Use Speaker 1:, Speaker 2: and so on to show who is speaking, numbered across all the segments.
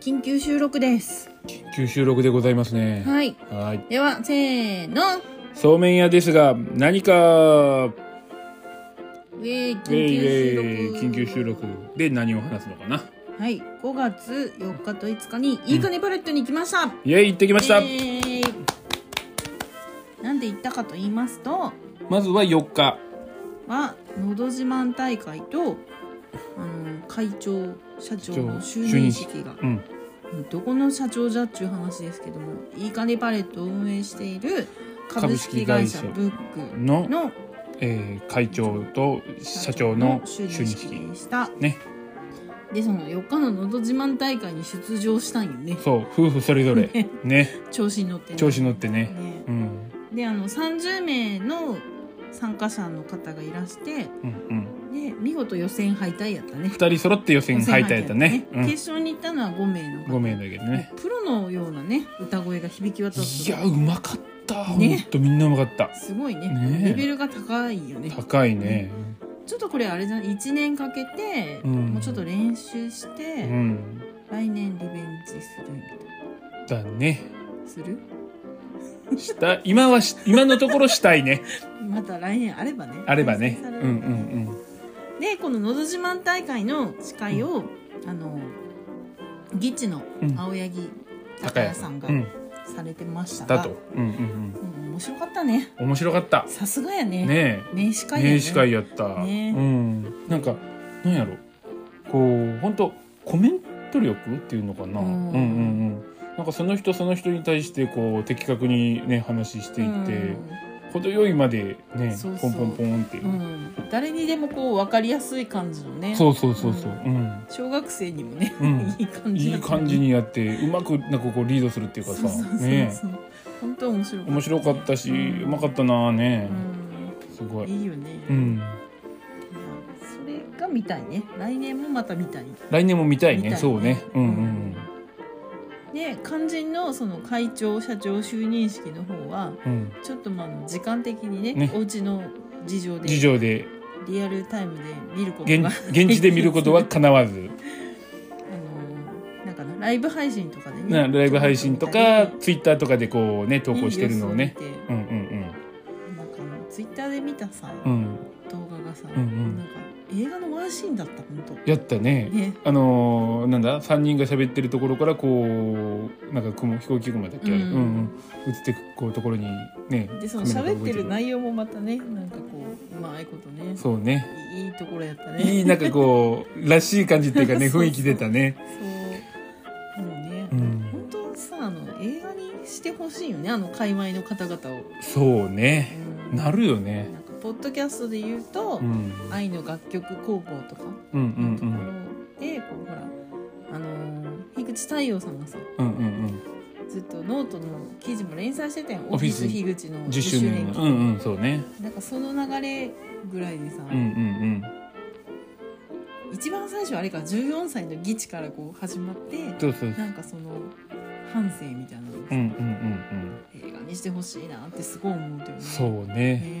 Speaker 1: 緊急収録です。
Speaker 2: 緊急収録でございますね。
Speaker 1: はい。
Speaker 2: はい。
Speaker 1: では、せーの。
Speaker 2: そうめん屋ですが、何か、ウ
Speaker 1: ウェイ、緊
Speaker 2: ェイウ
Speaker 1: 急収録。
Speaker 2: ェイ緊急収録で何を話すのかな。
Speaker 1: はい。5月4日と5日に、いいかねパレットに行きました。
Speaker 2: イェイ行ってきました、
Speaker 1: イエーイなんで行ったかと言いますと、
Speaker 2: まずは4日。
Speaker 1: は、のど自慢大会と、あの、会長、社長の就任式が。
Speaker 2: うん。
Speaker 1: どこの社長じゃっちゅう話ですけどもいいかねパレットを運営している株式会社
Speaker 2: 株
Speaker 1: ブック
Speaker 2: の、
Speaker 1: の
Speaker 2: えー会長と社長の
Speaker 1: 就任
Speaker 2: 就任
Speaker 1: 式
Speaker 2: 式。
Speaker 1: でした
Speaker 2: ね。
Speaker 1: でその4日の「のど自慢大会」に出場したんよ ね
Speaker 2: そう、夫婦それぞれ。ね。
Speaker 1: 調子に乗ってね
Speaker 2: 調子乗ってね。
Speaker 1: ね
Speaker 2: うん。
Speaker 1: であの30名の参加者の方がいらして
Speaker 2: うんうん。
Speaker 1: で見事予選敗退やったね
Speaker 2: 2人揃って予選敗退やったね。
Speaker 1: 予選敗退やった決勝に行ったのは5名の
Speaker 2: うん。
Speaker 1: 方
Speaker 2: 5名だけどね。
Speaker 1: プロのようなね歌声が響き渡って
Speaker 2: いや、うまかった。ほ
Speaker 1: ね
Speaker 2: んとみんなうまかった。
Speaker 1: すごいね
Speaker 2: ねえ
Speaker 1: レベルが高いよね
Speaker 2: 高いね。
Speaker 1: ちょっとこれあれじゃん1年かけて、
Speaker 2: うん
Speaker 1: もうちょっと練習して、
Speaker 2: うん。
Speaker 1: 来年リベンジするみたい
Speaker 2: だね。
Speaker 1: なする
Speaker 2: した今はし今のところしたい ね
Speaker 1: また来年あればね
Speaker 2: あればね
Speaker 1: 開催され
Speaker 2: うんう
Speaker 1: る
Speaker 2: んうん
Speaker 1: でこの「のど自慢大会」の司会を、あのギチの
Speaker 2: うん
Speaker 1: 青柳
Speaker 2: 高
Speaker 1: 高
Speaker 2: 谷
Speaker 1: 也
Speaker 2: さ
Speaker 1: さ
Speaker 2: ん
Speaker 1: んが
Speaker 2: うん
Speaker 1: されてましたが、
Speaker 2: だとうんうん
Speaker 1: うん面白かったね
Speaker 2: うん面白かった
Speaker 1: さすがやね
Speaker 2: ね
Speaker 1: 名司
Speaker 2: え
Speaker 1: 会やね
Speaker 2: 名司会やった
Speaker 1: ね
Speaker 2: うんなんかなんやろこう本当コメント力っていうのかなう
Speaker 1: うんん
Speaker 2: うんうんなんかその人その人に対してこう的確にね話していて程よいまでね
Speaker 1: そうそ
Speaker 2: ポ
Speaker 1: う
Speaker 2: ンポンポンっていう
Speaker 1: うん、うん誰にでもこう分かりやすい感じのね
Speaker 2: そうそうそうそううん
Speaker 1: 小学生にもね、
Speaker 2: うん
Speaker 1: いい感じ
Speaker 2: いい感じにやってうまくなんかこうリードするっていうか
Speaker 1: そう
Speaker 2: さ
Speaker 1: そうそうそう、
Speaker 2: ねえ
Speaker 1: 本当面白かった
Speaker 2: 面白かったし、う
Speaker 1: うん
Speaker 2: まかったなあね、
Speaker 1: う
Speaker 2: すご
Speaker 1: ん
Speaker 2: い、
Speaker 1: いいよね、
Speaker 2: うん、
Speaker 1: いやそれが見たいね来年もまた見たい
Speaker 2: 来年も見たい
Speaker 1: 見た
Speaker 2: ね
Speaker 1: いね
Speaker 2: そうねうんうん
Speaker 1: で肝心のその会長社長就任式の方は
Speaker 2: うん、うん、
Speaker 1: ちょっとまああの時間的にね
Speaker 2: ね
Speaker 1: お家の事情で
Speaker 2: 事情で
Speaker 1: リアルタイムで見ること
Speaker 2: 現
Speaker 1: が
Speaker 2: 現地で見ることはかな わず
Speaker 1: あのなんかなライブ配信とかでね
Speaker 2: なライブ配信とかツイッターとかでこうね
Speaker 1: 投
Speaker 2: 投稿してるのをねうん
Speaker 1: なんかあのツイッターで見たさ、
Speaker 2: うんうんうん
Speaker 1: 動画がさ、
Speaker 2: うんうん
Speaker 1: なんか映画のワンシーンだった本当
Speaker 2: やったね
Speaker 1: ね
Speaker 2: あのーなんだ3人が喋ってるところからこうなんか雲飛行機雲だっけ、あれ
Speaker 1: うん
Speaker 2: うんうん、映ってくこうところにね
Speaker 1: でその
Speaker 2: カメラが
Speaker 1: 喋
Speaker 2: 動い
Speaker 1: ってる内容もまたねなんかこううまいことね
Speaker 2: そうね
Speaker 1: いいところやったね
Speaker 2: いいなんかこうらしい感じっていうか ね
Speaker 1: そうそう
Speaker 2: 雰囲気出たね
Speaker 1: そうもうね、
Speaker 2: うん
Speaker 1: 本当さあの映画にしてほしいよねあの界隈の方々を、
Speaker 2: そうね
Speaker 1: うん
Speaker 2: なるよ
Speaker 1: なん
Speaker 2: ね
Speaker 1: かポッドキャストで言うと、
Speaker 2: うん
Speaker 1: 愛の楽曲工房とか
Speaker 2: うんう
Speaker 1: のとこ
Speaker 2: ん
Speaker 1: ろで、こうほらあのー樋口太陽さんがさ
Speaker 2: うんうんうん
Speaker 1: ずっとノートの記事も連載してたよ
Speaker 2: オ
Speaker 1: オ
Speaker 2: フ
Speaker 1: フ
Speaker 2: ィ
Speaker 1: ィ
Speaker 2: ス
Speaker 1: ス樋口の
Speaker 2: うん10周年
Speaker 1: 記
Speaker 2: のうんうんそうね
Speaker 1: なんかその流れぐらいでさ、
Speaker 2: うんうん
Speaker 1: 一番最初あれか14歳の義地からこう始まって
Speaker 2: うんそうそう
Speaker 1: なんかその反省みたいなのをさ
Speaker 2: うんうんうん
Speaker 1: 映画にしてほしいなってすごい思うけど
Speaker 2: うん
Speaker 1: ね、
Speaker 2: そううね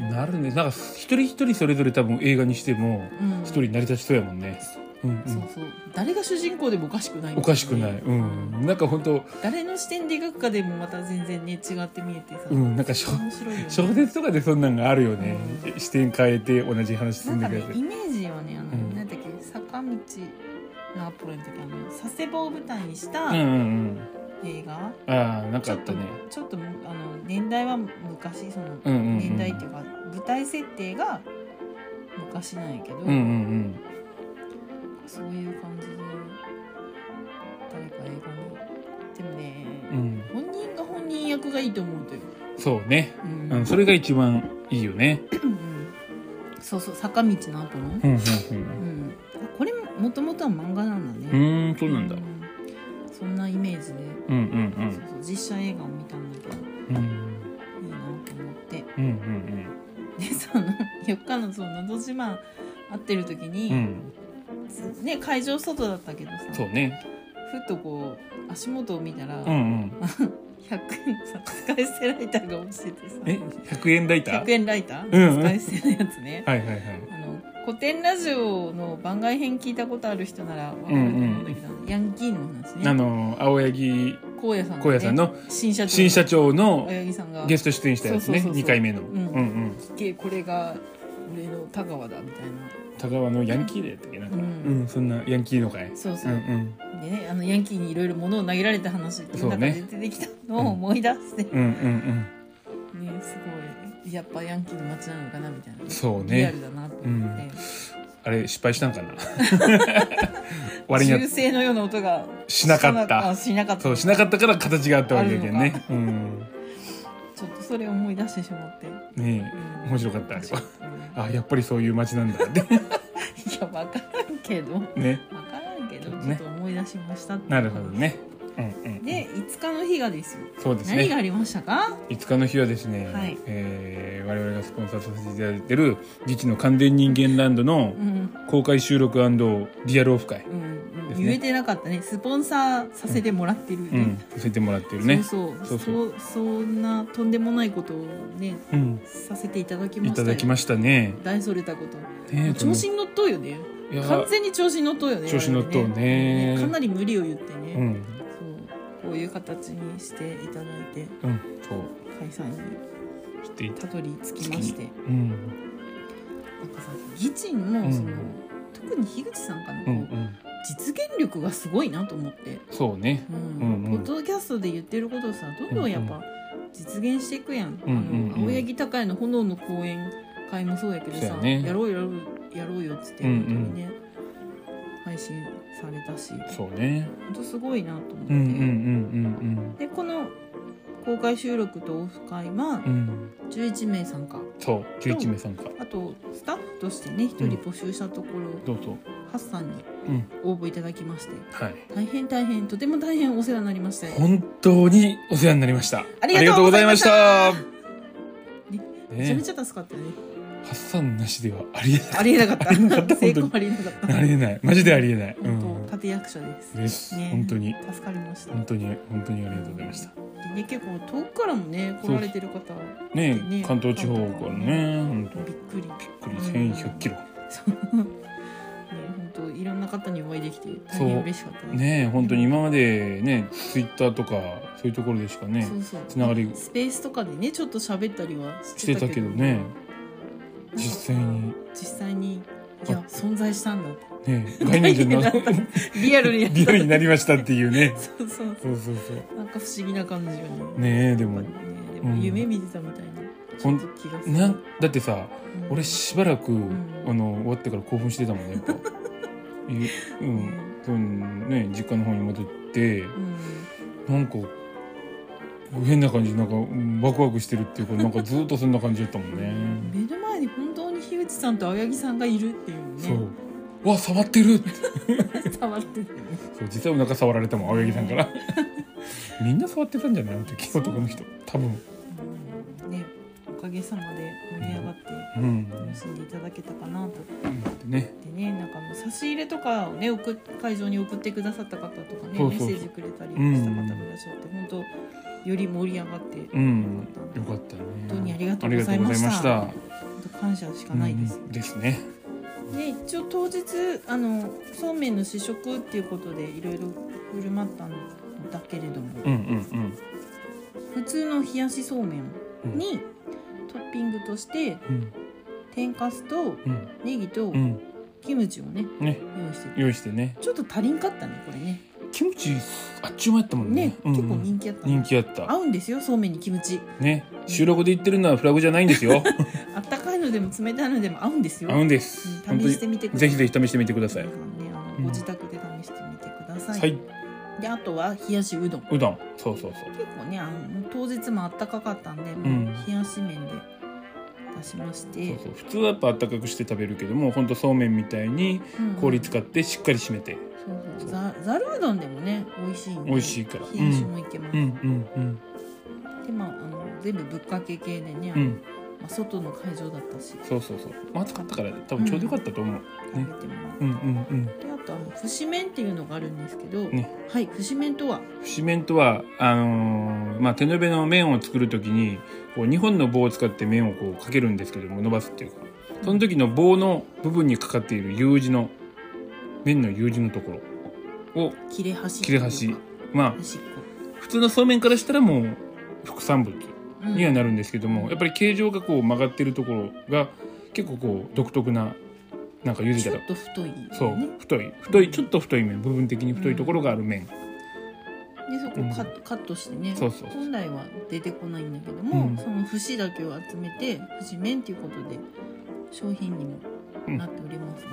Speaker 1: ね
Speaker 2: なるねなんか一人一人それぞれ多分映画にしても
Speaker 1: ん、
Speaker 2: 一人成り立ちそうやもんねうんう
Speaker 1: そうんそう誰が主人公でもおかしくない、
Speaker 2: おかしくないうんなんか本当
Speaker 1: 誰の視点で描くかでもまた全然ね違って見えてさ、
Speaker 2: うんなんか小
Speaker 1: 面白いよね
Speaker 2: 小説とかでそんなんがあるよね
Speaker 1: う
Speaker 2: 視点変えて同じ話
Speaker 1: な
Speaker 2: 進ん
Speaker 1: ん
Speaker 2: で
Speaker 1: か
Speaker 2: く
Speaker 1: ね
Speaker 2: やつ
Speaker 1: イメージはねあの、
Speaker 2: うん
Speaker 1: なんだっけ坂道のアポロの時あの佐世保を舞台にした
Speaker 2: うんうんうん
Speaker 1: 映画、
Speaker 2: ああなん
Speaker 1: ち
Speaker 2: かあ
Speaker 1: ょ
Speaker 2: っ
Speaker 1: っと
Speaker 2: たね
Speaker 1: ちょっとあの年代は昔その、
Speaker 2: うんうんうん
Speaker 1: 年代っていうか舞台設定が昔なんやけど、
Speaker 2: うんうん
Speaker 1: そういう感じで誰か映画にでもね、
Speaker 2: うんうん
Speaker 1: 本人が本人役がいいと思うという、
Speaker 2: そうね
Speaker 1: うん
Speaker 2: うんそれが一番いいよね
Speaker 1: うんそうそう坂道の後の、
Speaker 2: うんうん
Speaker 1: うん、これももともとは漫画なんだ
Speaker 2: う
Speaker 1: ね、
Speaker 2: んうーんそうなんだ
Speaker 1: そんなイメージで、
Speaker 2: うんう
Speaker 1: そ
Speaker 2: ん
Speaker 1: うそう実写映画を見たんだけど
Speaker 2: うんうん
Speaker 1: いいなと思って
Speaker 2: うんうん
Speaker 1: でその4日 の「そののど自慢」会ってる時
Speaker 2: うんう
Speaker 1: に、
Speaker 2: ん
Speaker 1: ね、会場外だったけどさ
Speaker 2: そうね
Speaker 1: ふっとこう足元を見たら、
Speaker 2: うんうん
Speaker 1: 100円のさ使い捨てライターが落ちててさ
Speaker 2: え百円ライター
Speaker 1: 100円ライター、
Speaker 2: うんうん
Speaker 1: 使い捨てのやつね
Speaker 2: はいはいはい
Speaker 1: あの古典ラジオの番外編聞いたことある人なら分かると思うんだけど、ヤンキーの話ね
Speaker 2: あの青柳
Speaker 1: 荒野さんが、ね、
Speaker 2: 荒野さんの
Speaker 1: 新社長
Speaker 2: 新社長の
Speaker 1: 青柳さんが
Speaker 2: ゲスト出演したやつ
Speaker 1: そう
Speaker 2: ね
Speaker 1: そうそうそう
Speaker 2: 2回目の、
Speaker 1: ん
Speaker 2: うんうん
Speaker 1: 聞けこれが俺の田川だみたいな
Speaker 2: 田川のヤンキーでやったっけな、う
Speaker 1: うんん
Speaker 2: そんなヤンキーの会
Speaker 1: そう
Speaker 2: う
Speaker 1: そ
Speaker 2: んう
Speaker 1: う、
Speaker 2: ん
Speaker 1: でねあのヤンキーにいろいろ物を投げられた話っていう中で
Speaker 2: そう
Speaker 1: 出てきたのを思い出して、
Speaker 2: うんうん
Speaker 1: ねすごいやっぱヤンキーの街なのかなみたいな
Speaker 2: うんそう
Speaker 1: リア
Speaker 2: ね
Speaker 1: ルだなって
Speaker 2: う
Speaker 1: 思って、
Speaker 2: んあれ失敗した んかな割には
Speaker 1: 銃声のような音が
Speaker 2: しなかった
Speaker 1: あしなかった
Speaker 2: そうしなかったから形があったわけだけどねうん
Speaker 1: ちょっとそれを思い出してしまって、う
Speaker 2: ねえ
Speaker 1: ん
Speaker 2: 面白かったあれは
Speaker 1: うん
Speaker 2: あやっぱりそういう街なん だって
Speaker 1: いや分からんけど分
Speaker 2: ね
Speaker 1: からんけど、
Speaker 2: ね
Speaker 1: ちょっと思い出しましたっていう
Speaker 2: なるほどねうんうん
Speaker 1: で5日の日がですよ
Speaker 2: そうです
Speaker 1: 何が
Speaker 2: ね
Speaker 1: ありましたか
Speaker 2: 5日の日はですね、
Speaker 1: はい
Speaker 2: えー我々がスポンサーさせていただいてる「自治の完全人間ランド」の
Speaker 1: うん
Speaker 2: 公開収録リアルオフ会、
Speaker 1: うん
Speaker 2: ですね
Speaker 1: 言えてなかったねスポンサーさせてもらってる、
Speaker 2: うんさせてもらってるね
Speaker 1: そうそう
Speaker 2: そ
Speaker 1: そうう
Speaker 2: そ
Speaker 1: そんなとんでもないことをね
Speaker 2: うん、
Speaker 1: させていただきま
Speaker 2: い
Speaker 1: した
Speaker 2: た
Speaker 1: よ
Speaker 2: だきましたね
Speaker 1: 大それたこと、
Speaker 2: ね
Speaker 1: 調子に乗っとうよね
Speaker 2: いや
Speaker 1: 完全に調子に乗っとうよね
Speaker 2: 調子に乗っとうね
Speaker 1: 我々かなり無理を言ってね、
Speaker 2: うん
Speaker 1: そうこういう形にしていただいて
Speaker 2: うんそう
Speaker 1: 解散に
Speaker 2: していた
Speaker 1: たどり着きまして
Speaker 2: うん
Speaker 1: なんかさ議賃のその、
Speaker 2: うん
Speaker 1: 特に樋口さんかの、
Speaker 2: う
Speaker 1: こ
Speaker 2: ん
Speaker 1: う
Speaker 2: うん
Speaker 1: 実現力がすごいなと思って、
Speaker 2: そうね
Speaker 1: うん
Speaker 2: うんう
Speaker 1: ポ
Speaker 2: ん
Speaker 1: ッドキャストで言ってることをさどんどんやっ
Speaker 2: う
Speaker 1: ぱ実現していくやん、
Speaker 2: うんうんうん
Speaker 1: あの青柳高也の炎の講演会もそうやけど
Speaker 2: そうや
Speaker 1: さ、
Speaker 2: ね
Speaker 1: やろうやろうやろうよっつって
Speaker 2: うんうん
Speaker 1: 本当にね、配信されたし
Speaker 2: そうね
Speaker 1: 本当すごいなと思って、
Speaker 2: うんうんうん
Speaker 1: でこの公開収録とオフ会は
Speaker 2: うんうんうん
Speaker 1: 11名参加
Speaker 2: そう11名参加
Speaker 1: あとスタッフとしてね1人募集したところ、
Speaker 2: どうぞ
Speaker 1: ハッサンに
Speaker 2: うん
Speaker 1: 応募いただきまして
Speaker 2: はい
Speaker 1: 大変大変とても大変お世話になりました
Speaker 2: 本当にお世話になりました
Speaker 1: ありがとうございました
Speaker 2: ありがとうございました
Speaker 1: めちゃめ
Speaker 2: ね
Speaker 1: ちゃ助かったよね
Speaker 2: 発散なしでは ありえ
Speaker 1: ありえなか
Speaker 2: かっ
Speaker 1: った た成
Speaker 2: 本
Speaker 1: 功
Speaker 2: 当に
Speaker 1: ありえなかった
Speaker 2: ないありえないマジでありえないうん
Speaker 1: 本当立役者です
Speaker 2: です
Speaker 1: ね
Speaker 2: 本当に
Speaker 1: 助かりました
Speaker 2: 本当に本当にありがとうございました
Speaker 1: で結構遠くからもね来られてる方
Speaker 2: ね
Speaker 1: ね
Speaker 2: 関東地方からね本当
Speaker 1: びっくりびっ
Speaker 2: びっくり1100キロ
Speaker 1: そうね本当いろんな方にお会いできて大変嬉しかったね
Speaker 2: ねえ本当に今までねツイッターとかそういうところでしかね
Speaker 1: そうそう
Speaker 2: つながり
Speaker 1: スペースとかでねちょっと喋ったりは
Speaker 2: し
Speaker 1: して
Speaker 2: て
Speaker 1: た
Speaker 2: た
Speaker 1: け
Speaker 2: け
Speaker 1: ど
Speaker 2: ど
Speaker 1: な
Speaker 2: ね
Speaker 1: んか
Speaker 2: 実際に
Speaker 1: 実際にいや存在したんだって
Speaker 2: ねえ概念じゃな
Speaker 1: 概念だリアル にやった
Speaker 2: リアルになりましたっていうね
Speaker 1: そうそう
Speaker 2: そうそうそう
Speaker 1: なんか不思議な感じよね
Speaker 2: ねえで
Speaker 1: やっぱ
Speaker 2: も
Speaker 1: りねで
Speaker 2: う
Speaker 1: も
Speaker 2: ん
Speaker 1: 夢見てたみたいな、ち
Speaker 2: ほ
Speaker 1: ょ
Speaker 2: ん
Speaker 1: っと気がする
Speaker 2: なだってさ
Speaker 1: うん
Speaker 2: 俺しばらく、
Speaker 1: ん
Speaker 2: あの終わってから興奮してたもんねやっ ぱいうん、うん、ね実家の方に戻って
Speaker 1: うん
Speaker 2: なんか変な感じなんかうんワクワクしてるっていうかなんかずっとそんな感じだったも んね
Speaker 1: 目の前に本当に樋口さんと青柳さんがいるっていうね
Speaker 2: そううわ触って るって
Speaker 1: 触ってて
Speaker 2: そう実際お腹触られたもん青柳さ んからみんな触ってたんじゃないあの時
Speaker 1: そう
Speaker 2: 男の人多分
Speaker 1: うんねおかげさまで盛り上がって
Speaker 2: うん
Speaker 1: 楽しんでいただけたかなと
Speaker 2: ね
Speaker 1: でねなんかもう差し入れとかをね送っ会場に送ってくださった方とかね
Speaker 2: そうそうそう
Speaker 1: メッセージくれたりした方もいらっしゃって、本当より盛り上がって、
Speaker 2: うんよかったね
Speaker 1: 本当にありがとうございました
Speaker 2: ありがとうございま
Speaker 1: 本当感謝しかないです、
Speaker 2: うんですね
Speaker 1: で一応当日あのそうめんの試食っていうことでいろいろ振る舞ったんだけれども、
Speaker 2: うんうん
Speaker 1: 普通の冷やしそうめん
Speaker 2: うん
Speaker 1: にトッピングとして
Speaker 2: うん
Speaker 1: 天かすと
Speaker 2: うん
Speaker 1: ネギと
Speaker 2: うん
Speaker 1: キムチをね
Speaker 2: うんね
Speaker 1: 用意してて
Speaker 2: 用意してね
Speaker 1: ちょっと足りんかったねこれね
Speaker 2: キムチあっちゅう間やったもんね
Speaker 1: ね、
Speaker 2: うんうん
Speaker 1: 結構人気あったね
Speaker 2: 人気あった
Speaker 1: 合うんですよそうめんにキムチ
Speaker 2: ね収録で言ってるのはフラグじゃないんです よ
Speaker 1: あったかいのでも冷たいのでも合うんですよ、
Speaker 2: 合うんで
Speaker 1: うん
Speaker 2: す本当
Speaker 1: 試
Speaker 2: に
Speaker 1: してみてくださ
Speaker 2: ぜ
Speaker 1: い
Speaker 2: ひぜひ試してみてください
Speaker 1: 皆さんねあの
Speaker 2: うん
Speaker 1: ご自宅で試してみてください、
Speaker 2: はい
Speaker 1: であとは冷やしうどん
Speaker 2: うどんそうそうそう
Speaker 1: 結構ねあの当日もあったかかったんで、
Speaker 2: ん
Speaker 1: もう冷やし麺で出しまし
Speaker 2: そう
Speaker 1: て
Speaker 2: そう普通はやっぱあったかくして食べるけども本当そうめんみたいに
Speaker 1: うん
Speaker 2: 氷使ってしっかり締めて
Speaker 1: そうそうざざるうどんでもね美味しいんで
Speaker 2: 美味しいから
Speaker 1: 冷やしもいけます、
Speaker 2: うんうん
Speaker 1: でまああの全部ぶっかけ系でね、
Speaker 2: うんうん
Speaker 1: まあ、外の会場だったし
Speaker 2: そうそうそう、まあ、暑かったから多分ちょうどよかったと思う、
Speaker 1: 食べてもらっ
Speaker 2: うん、うんうん
Speaker 1: て、あとあの節麺っていうのがあるんですけど、
Speaker 2: ね
Speaker 1: はい節麺とは
Speaker 2: 節麺とはあのーまあ、手延べの麺を作る時にこう2本の棒を使って麺をこうかけるんですけども伸ばすっていうかその時の棒の部分にかかっている U 字の麺の U 字のところを
Speaker 1: 切れ端
Speaker 2: 切れ端まあ
Speaker 1: 端っ
Speaker 2: 普通のそうめんからしたらもう副産物
Speaker 1: こ、うん
Speaker 2: にはなるんですけどもやっぱり形状がこう曲がってるところが結構こう独特ななんかゆで
Speaker 1: ち
Speaker 2: た
Speaker 1: ょ
Speaker 2: ら
Speaker 1: っと太い、ね、
Speaker 2: そう太い太いちょっと太い麺部分的に太いところがある麺
Speaker 1: でそこをカット,、カットしてね
Speaker 2: そうそう
Speaker 1: 本来は出てこないんだけども、
Speaker 2: うん
Speaker 1: その節だけを集めて節麺っていうことで商品にもなっておりますが、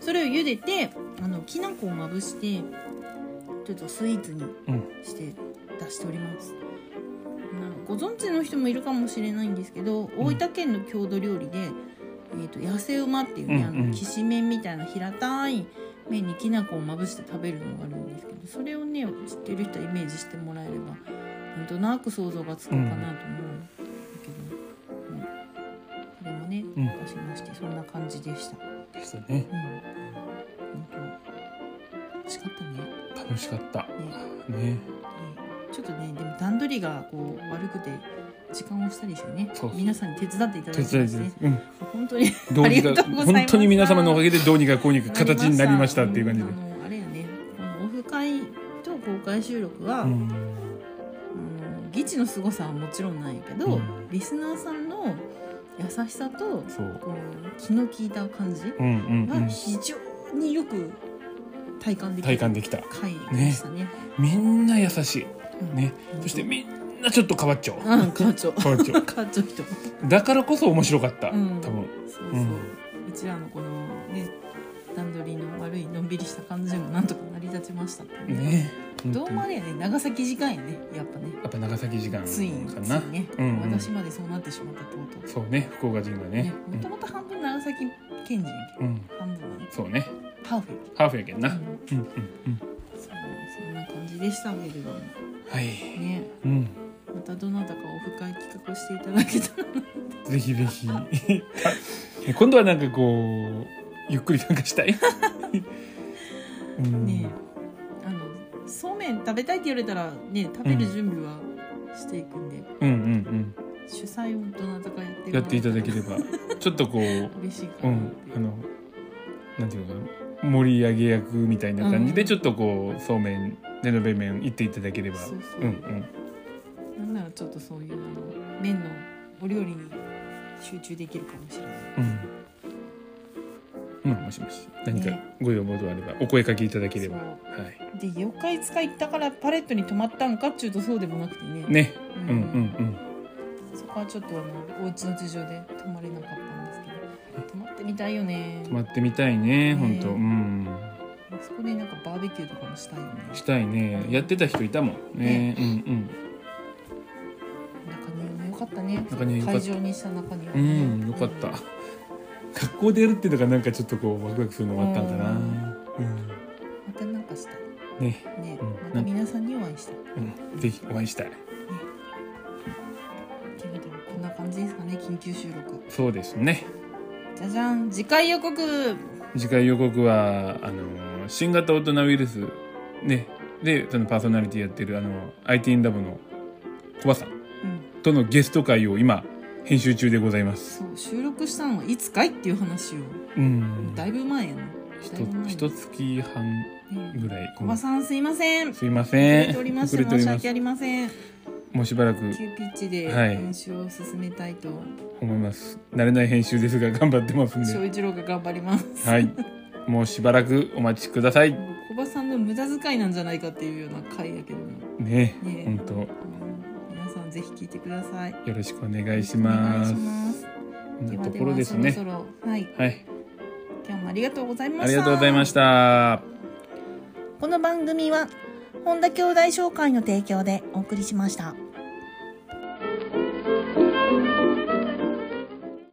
Speaker 1: それを茹でてあのきな粉をまぶしてちょっとスイーツにして出しております、なご存知の人もいるかもしれないんですけど、大分県の郷土料理で、えー、と野生馬っていうね、
Speaker 2: うんうん
Speaker 1: あのきしめんみたいな平たい麺にきな粉をまぶして食べるのがあるんですけどそれをね知ってる人はイメージしてもらえればなんとなく想像がつくかなと思うんだけど、うんこれもね
Speaker 2: うん
Speaker 1: 出しましてそんな感じでした。うん
Speaker 2: でしたね
Speaker 1: 本当美味しかったね
Speaker 2: 楽しかった
Speaker 1: ね
Speaker 2: ね
Speaker 1: ねちょっとねでも段取りがこう悪くて時間をしたりしてね
Speaker 2: そうそう
Speaker 1: 皆さんに手伝っていただ
Speaker 2: 手
Speaker 1: いてま
Speaker 2: 伝いですす
Speaker 1: ね
Speaker 2: うん
Speaker 1: 本当に
Speaker 2: どうに
Speaker 1: あり
Speaker 2: か
Speaker 1: がとうございました
Speaker 2: 本当に皆様のおかげでどうにかこうにか形になりましたっていう感じで
Speaker 1: あのあれやねこのオフ会と公開収録は、
Speaker 2: うん
Speaker 1: あの議事の凄さはもちろんないけど、
Speaker 2: うん
Speaker 1: リスナーさんの優しさと
Speaker 2: そう
Speaker 1: こう気の利いた感じ
Speaker 2: うんうんう
Speaker 1: が
Speaker 2: ん
Speaker 1: 非常によく体感でき
Speaker 2: 体
Speaker 1: る
Speaker 2: 感できた
Speaker 1: 回でしたね。
Speaker 2: みんな優し
Speaker 1: うん
Speaker 2: いねそしてみんなちょっと変わっちゃう
Speaker 1: うん、課長。
Speaker 2: 変わっちゃう
Speaker 1: 課長人。
Speaker 2: だからこそ面白かった多
Speaker 1: うん
Speaker 2: 分
Speaker 1: そうそう、う
Speaker 2: うん
Speaker 1: ちらのこのね段取りの悪いのんびりした感じもなんとか成り立ちましたっていうね
Speaker 2: ね
Speaker 1: どうもあ
Speaker 2: 本
Speaker 1: れやね長崎時間やねやっぱね
Speaker 2: 当にやっぱ長崎時間
Speaker 1: ついに
Speaker 2: か
Speaker 1: つい
Speaker 2: な
Speaker 1: にね、
Speaker 2: うんうん
Speaker 1: 私までそうなってしまったってこと
Speaker 2: そうね福岡人がね
Speaker 1: ねもともと半分長崎県人やけ
Speaker 2: うんうん
Speaker 1: ど半分はね
Speaker 2: そうね
Speaker 1: ハーフやけ
Speaker 2: ハーフやけん
Speaker 1: ど、う
Speaker 2: なんうんうんうん
Speaker 1: そうそんな感じでしたけれども
Speaker 2: はい
Speaker 1: ね
Speaker 2: うん
Speaker 1: またどなたかオフ会企画していただけたら
Speaker 2: ぜひぜひあ 今度はなんかこうゆっくりなんかしたいうん
Speaker 1: ねあのそうめん食べたいって言われたらね食べる準備はしていくんで、
Speaker 2: うんうん
Speaker 1: 主催をどなたかやってもら
Speaker 2: うんや
Speaker 1: え
Speaker 2: っていただければちょっとこう
Speaker 1: 嬉しいか
Speaker 2: う
Speaker 1: な、
Speaker 2: んあのなんていうのかな盛り上げ役みたいな感じ
Speaker 1: う
Speaker 2: で
Speaker 1: ん
Speaker 2: ちょっとこうそうめん手延べ麺行っていただければ
Speaker 1: そうそう
Speaker 2: うんうん
Speaker 1: なんならちょっとそういうあの麺のお料理に集中できるかもしれない
Speaker 2: うんまあもしもし何か
Speaker 1: ね
Speaker 2: ご要望があればお声かけいただければ、
Speaker 1: そ
Speaker 2: はい
Speaker 1: で妖怪使い行ったからパレットに泊まったんかっちゅうとそうでもなくてね
Speaker 2: ね、
Speaker 1: う
Speaker 2: うんん、うん
Speaker 1: そこはちょっとあのお家の事情で泊まれなかったんですけど泊まってみたいよね
Speaker 2: うん泊まってみたい
Speaker 1: ね
Speaker 2: ね本当うん
Speaker 1: あそこでなんかバーベキューとかもしたいよね
Speaker 2: したいねやってた人いたもんねうん
Speaker 1: 中庭も良かったね
Speaker 2: 中庭良かった
Speaker 1: 会場にした中庭
Speaker 2: う
Speaker 1: もね
Speaker 2: んうんよかった学校でやるっていうのがなんかちょっとこうワクワクするのもあったんだな
Speaker 1: またなんかしたい
Speaker 2: うんね
Speaker 1: ね、
Speaker 2: うん
Speaker 1: また皆さんにお会いしたい
Speaker 2: うんぜひお会いしたい
Speaker 1: ということでこんな感じですかね緊急収録
Speaker 2: そうですね
Speaker 1: じゃじゃん次回予告
Speaker 2: 次回予告はあの新型大人ウイルスねでそのパーソナリティやってるあの IT インラボのコバさん
Speaker 1: うん、
Speaker 2: とのゲスト会を今編集中でございます
Speaker 1: そう収録したのはいつかいっていう話を
Speaker 2: うん
Speaker 1: だいぶ前やな、
Speaker 2: ひ
Speaker 1: だいぶ前
Speaker 2: とひと月半
Speaker 1: ね
Speaker 2: ぐらい
Speaker 1: おばさんすいません遅
Speaker 2: すいま
Speaker 1: れ
Speaker 2: せん
Speaker 1: ておりまして
Speaker 2: 遅れて
Speaker 1: 申
Speaker 2: おり
Speaker 1: し
Speaker 2: ます
Speaker 1: 訳ありません
Speaker 2: もうしばらく
Speaker 1: 急ピッチで
Speaker 2: はい
Speaker 1: 練習を進めたいと
Speaker 2: 思います慣れない編集ですが頑張ってますん
Speaker 1: 翔
Speaker 2: で
Speaker 1: 一郎が頑張ります、
Speaker 2: はいもうしばらくお待ちください
Speaker 1: おばさんの無駄遣いなんじゃないかっていうような回やけども、
Speaker 2: ね
Speaker 1: ね
Speaker 2: 本当
Speaker 1: うん皆さんぜひ聞いてくださいお
Speaker 2: よろしくお願いしま
Speaker 1: お願
Speaker 2: す
Speaker 1: いします
Speaker 2: こん
Speaker 1: で
Speaker 2: な
Speaker 1: は
Speaker 2: と
Speaker 1: で
Speaker 2: ころ
Speaker 1: は
Speaker 2: です
Speaker 1: そろ
Speaker 2: ね
Speaker 1: そろはい
Speaker 2: はい
Speaker 1: 今日もありがとうございました
Speaker 2: ありがとうございました
Speaker 1: この番組は本田兄弟紹介の提供でお送りしました。